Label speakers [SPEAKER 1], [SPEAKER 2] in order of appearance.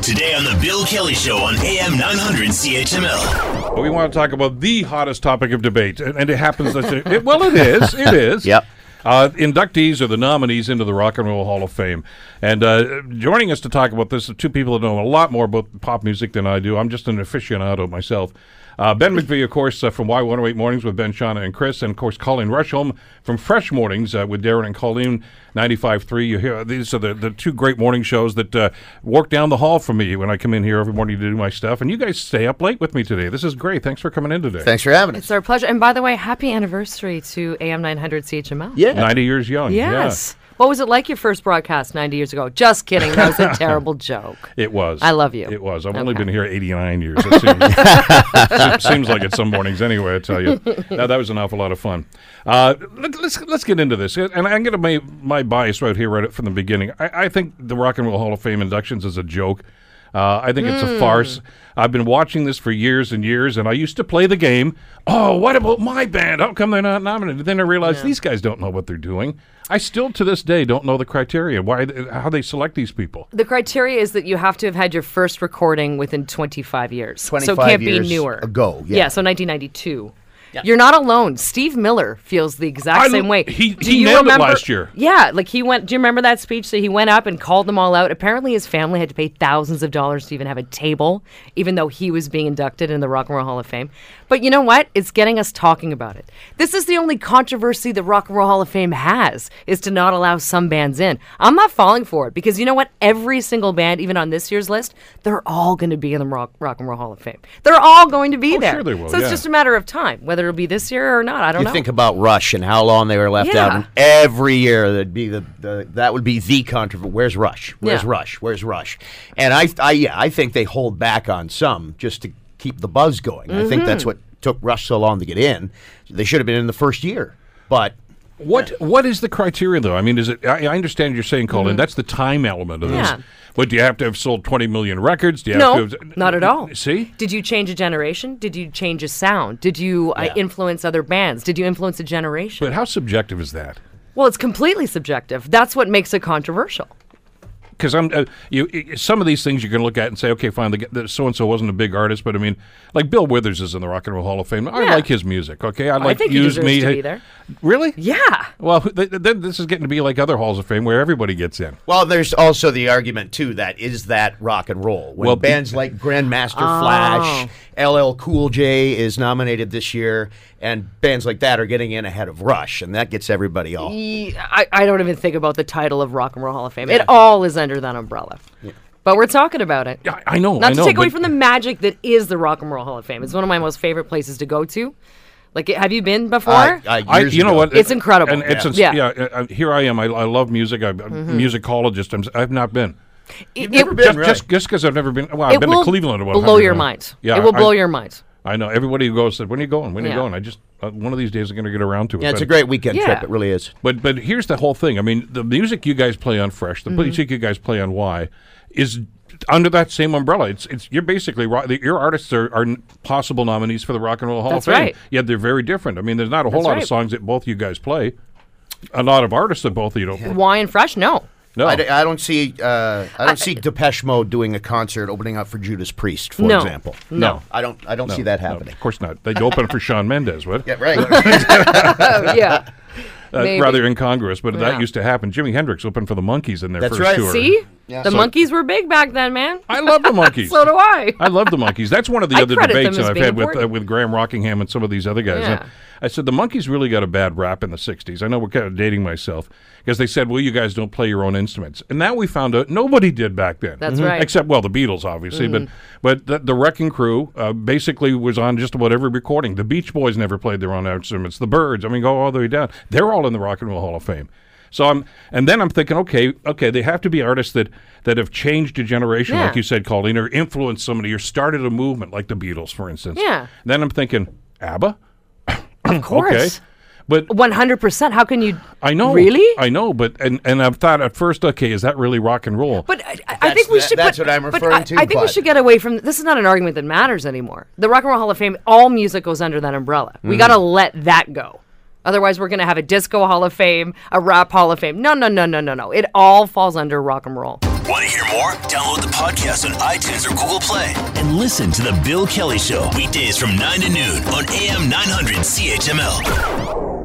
[SPEAKER 1] Today on The Bill Kelly Show on AM 900 CHML.
[SPEAKER 2] But we want to talk about the hottest topic of debate, and, and it happens. That it, well, it is. It is.
[SPEAKER 3] Yep.
[SPEAKER 2] Uh, inductees are the nominees into the Rock and Roll Hall of Fame. And uh, joining us to talk about this are two people that know a lot more about pop music than I do. I'm just an aficionado myself. Uh, ben McVie, of course, uh, from Y108 Mornings with Ben, Shauna, and Chris. And, of course, Colleen Rushholm from Fresh Mornings uh, with Darren and Colleen, 95.3. You hear, uh, these are the, the two great morning shows that uh, work down the hall for me when I come in here every morning to do my stuff. And you guys stay up late with me today. This is great. Thanks for coming in today.
[SPEAKER 3] Thanks for having us.
[SPEAKER 4] It's our pleasure. And by the way, happy anniversary to AM 900 CHML.
[SPEAKER 3] Yeah.
[SPEAKER 2] 90 years young.
[SPEAKER 4] Yes. What was it like your first broadcast 90 years ago? Just kidding. That was a terrible joke.
[SPEAKER 2] It was.
[SPEAKER 4] I love you.
[SPEAKER 2] It was. I've only
[SPEAKER 4] Okay.
[SPEAKER 2] been here 89 years. It seems, se- seems like it some mornings anyway, I tell you. Now, that was an awful lot of fun. Uh, let, let's, let's get into this. And I'm going to make my bias right here right from the beginning. I, I think the Rock and Roll Hall of Fame inductions is a joke. Uh, I think
[SPEAKER 4] Hmm.
[SPEAKER 2] it's a farce. I've been watching this for years and years, and I used to play the game. Oh, what about my band? How come they're not nominated? Then I realized these guys don't know what they're doing. I still, to this day, don't know the criteria why, th- how they select these people.
[SPEAKER 4] The criteria is that you have to have had your first recording within 25 years. so
[SPEAKER 3] 25
[SPEAKER 4] it can't
[SPEAKER 3] years
[SPEAKER 4] be newer.
[SPEAKER 3] ago, yeah.
[SPEAKER 4] so 1992. You're not alone. Steve Miller feels the exact
[SPEAKER 2] I-
[SPEAKER 4] same way.
[SPEAKER 2] he-
[SPEAKER 4] Do
[SPEAKER 2] he
[SPEAKER 4] you
[SPEAKER 2] nailed it
[SPEAKER 4] remember-
[SPEAKER 2] last year.
[SPEAKER 4] Yeah, like he went. Do you remember that speech that he went up and called them all out? Apparently, his family had to pay thousands of dollars to even have a table, even though he was being inducted in the Rock and Roll Hall of Fame. But you know what? It's getting us talking about it. This is the only controversy the Rock and Roll Hall of Fame has is to not allow some bands in. I'm not falling for it because you know what? Every single band, even on this year's list, they're all going to be in the Rock, Rock and Roll Hall of Fame. They're all going to be
[SPEAKER 2] Oh,
[SPEAKER 4] there.
[SPEAKER 2] sure they will,
[SPEAKER 4] So it's
[SPEAKER 2] yeah.
[SPEAKER 4] just a matter of time, whether it'll be this year or not. I don't
[SPEAKER 3] You
[SPEAKER 4] know.
[SPEAKER 3] think about Rush and how long they were left out,
[SPEAKER 4] Yeah.
[SPEAKER 3] and every year that'd be the, the that would be the controversy. Where's Rush? Where's
[SPEAKER 4] Yeah.
[SPEAKER 3] Rush? Where's Rush? And I, I, yeah, I think they hold back on some just to keep the buzz going. I think
[SPEAKER 4] Mm-hmm.
[SPEAKER 3] that's what took Rush so long to get in. They should have been in the first year, but
[SPEAKER 2] What What is the criteria though? I mean, is it? I, I understand you're saying, Colin, that's the time element of
[SPEAKER 4] Mm-hmm. Yeah.
[SPEAKER 2] this. But do you have to have sold 20 million records? Do you
[SPEAKER 4] no,
[SPEAKER 2] have to have,
[SPEAKER 4] not at all.
[SPEAKER 2] uh, See,
[SPEAKER 4] Did you change a generation? Did you change a sound? Did you uh,
[SPEAKER 3] Yeah.
[SPEAKER 4] influence other bands? Did you influence a generation?
[SPEAKER 2] but how subjective is that?
[SPEAKER 4] well, it's completely subjective. That's what makes it controversial.
[SPEAKER 2] Because I'm uh, you. i- Some of these things you can look at and say, okay, fine. The so and so wasn't a big artist, but I mean, like Bill Withers is in the Rock and Roll Hall of Fame. I
[SPEAKER 4] Yeah.
[SPEAKER 2] like his music. Okay, I like
[SPEAKER 4] think he
[SPEAKER 2] use
[SPEAKER 4] deserves
[SPEAKER 2] me.
[SPEAKER 4] to
[SPEAKER 2] Hey-
[SPEAKER 4] be there.
[SPEAKER 2] Really?
[SPEAKER 4] Yeah.
[SPEAKER 2] Well, who- th- th- then this is getting to be like other halls of fame where everybody gets in.
[SPEAKER 3] Well, there's also the argument too that is that rock and roll. When
[SPEAKER 2] Well, be-
[SPEAKER 3] bands like Grandmaster Flash, LL Cool J is nominated this year, and bands like that are getting in ahead of Rush, and that gets everybody all.
[SPEAKER 4] Ye- I, I don't even think about the title of Rock and Roll Hall of Fame. It all is under that umbrella. But we're talking about it.
[SPEAKER 2] Yeah, I know.
[SPEAKER 4] Not
[SPEAKER 2] I
[SPEAKER 4] to
[SPEAKER 2] know,
[SPEAKER 4] take away
[SPEAKER 2] but-
[SPEAKER 4] from the magic that is the Rock and Roll Hall of Fame. It's one of my most favorite places to go to. Like, have you been before?
[SPEAKER 2] I,
[SPEAKER 3] years
[SPEAKER 2] you know
[SPEAKER 3] ago.
[SPEAKER 2] what?
[SPEAKER 4] It's incredible.
[SPEAKER 2] And it's, yeah.
[SPEAKER 4] Yeah. Mm-hmm.
[SPEAKER 2] yeah uh, uh, here I am. I, I love music. I, am a musicologist. I'm, s- I've not been.
[SPEAKER 4] It-
[SPEAKER 3] never
[SPEAKER 4] it-
[SPEAKER 3] been,
[SPEAKER 2] Just
[SPEAKER 3] right.
[SPEAKER 2] just because I've never been. Well, I've
[SPEAKER 4] it
[SPEAKER 2] been
[SPEAKER 4] will
[SPEAKER 2] to Cleveland. About
[SPEAKER 4] blow
[SPEAKER 2] 100
[SPEAKER 4] your
[SPEAKER 2] times.
[SPEAKER 4] mind.
[SPEAKER 2] Yeah,
[SPEAKER 4] it will blow
[SPEAKER 2] I,
[SPEAKER 4] your mind.
[SPEAKER 2] I know. Everybody who goes said, "When are you going? When are you
[SPEAKER 4] Yeah.
[SPEAKER 2] going?" I just uh, one of these days I'm going to get around to it.
[SPEAKER 3] Yeah, it's
[SPEAKER 2] but-
[SPEAKER 3] a great weekend
[SPEAKER 4] Yeah.
[SPEAKER 3] trip. It really is.
[SPEAKER 2] But but here's the whole thing. I mean, the music you guys play on Fresh, the
[SPEAKER 4] Mm-hmm.
[SPEAKER 2] music you guys play on Y, is under that same umbrella. It's it's you're basically ro- the- your artists are, are n- possible nominees for the Rock and Roll Hall
[SPEAKER 4] That's
[SPEAKER 2] of Fame.
[SPEAKER 4] right.
[SPEAKER 2] Yet they're very different. I mean, there's not a whole
[SPEAKER 4] That's
[SPEAKER 2] lot of
[SPEAKER 4] right.
[SPEAKER 2] songs that both you guys play. A lot of artists that both of you don't.
[SPEAKER 4] Why and fresh? No.
[SPEAKER 2] No,
[SPEAKER 3] I, d- I don't see. Uh, I don't see Depeche Mode doing a concert opening up for Judas Priest, for
[SPEAKER 4] No.
[SPEAKER 3] example.
[SPEAKER 2] No.
[SPEAKER 3] I don't. I don't see
[SPEAKER 2] No,
[SPEAKER 3] that
[SPEAKER 2] no,
[SPEAKER 3] happening.
[SPEAKER 2] of course not. They'd open for Sean Mendes, would
[SPEAKER 3] Yeah, right.
[SPEAKER 4] Oh, yeah.
[SPEAKER 2] uh,
[SPEAKER 4] maybe.
[SPEAKER 2] rather incongruous, but
[SPEAKER 4] Yeah.
[SPEAKER 2] that used to happen. Jimi Hendrix opened for the Monkees in their
[SPEAKER 3] That's
[SPEAKER 2] first
[SPEAKER 3] right.
[SPEAKER 2] tour.
[SPEAKER 4] See? The
[SPEAKER 2] So-
[SPEAKER 4] monkeys were big back then, man.
[SPEAKER 2] I love the Monkees.
[SPEAKER 4] so do I.
[SPEAKER 2] I love the monkeys. That's one of the
[SPEAKER 4] I
[SPEAKER 2] other
[SPEAKER 4] credit them
[SPEAKER 2] debates that
[SPEAKER 4] as
[SPEAKER 2] I've
[SPEAKER 4] being
[SPEAKER 2] had with uh,
[SPEAKER 4] important.
[SPEAKER 2] with Graham Rockingham and some of these other guys.
[SPEAKER 4] Yeah.
[SPEAKER 2] And I said the monkeys really got a bad rap in the '60s. I know we're kind of dating myself because they said, "Well, you guys don't play your own instruments," and now we found out nobody did back then. Mm-hmm.
[SPEAKER 4] That's Mhm. right.
[SPEAKER 2] Except well, the Beatles, obviously,
[SPEAKER 4] Mm.
[SPEAKER 2] but but the, the Wrecking Crew uh, basically was on just about every recording. The Beach Boys never played their own instruments. The Birds, I mean, go all the way down. They're all in the Rock and Roll Hall of Fame. So I'm, and then I'm thinking, okay, okay, they have to be artists that that have changed a generation, like
[SPEAKER 4] Yeah.
[SPEAKER 2] you said said, Colleen, or influenced somebody or started a movement like the Beatles, for instance.
[SPEAKER 4] Yeah.
[SPEAKER 2] Then I'm thinking, ABBA?
[SPEAKER 4] Of course.
[SPEAKER 2] Okay. But
[SPEAKER 4] 100%. How can you
[SPEAKER 2] I know.
[SPEAKER 4] Really?
[SPEAKER 2] I know, but and, and I've thought at first, okay, is that really rock and roll?
[SPEAKER 4] But I, I- I think we
[SPEAKER 3] that-
[SPEAKER 4] should.
[SPEAKER 3] that's
[SPEAKER 4] but-
[SPEAKER 3] what I'm
[SPEAKER 4] but
[SPEAKER 3] referring
[SPEAKER 4] I-
[SPEAKER 3] to,
[SPEAKER 4] I think we
[SPEAKER 3] but-
[SPEAKER 4] should get away from this. Is not an argument that matters anymore. The Rock and Roll Hall of Fame, all music goes under that umbrella.
[SPEAKER 3] Mm.
[SPEAKER 4] We got to let that go. Otherwise, we're going to have a disco Hall of Fame, a rap Hall of Fame. No, no, no, no, no, no. It all falls under rock and roll.
[SPEAKER 1] Want to hear more? Download the podcast on iTunes or Google Play and listen to The Bill Kelly Show weekdays from 9 to noon on AM 900 CHML.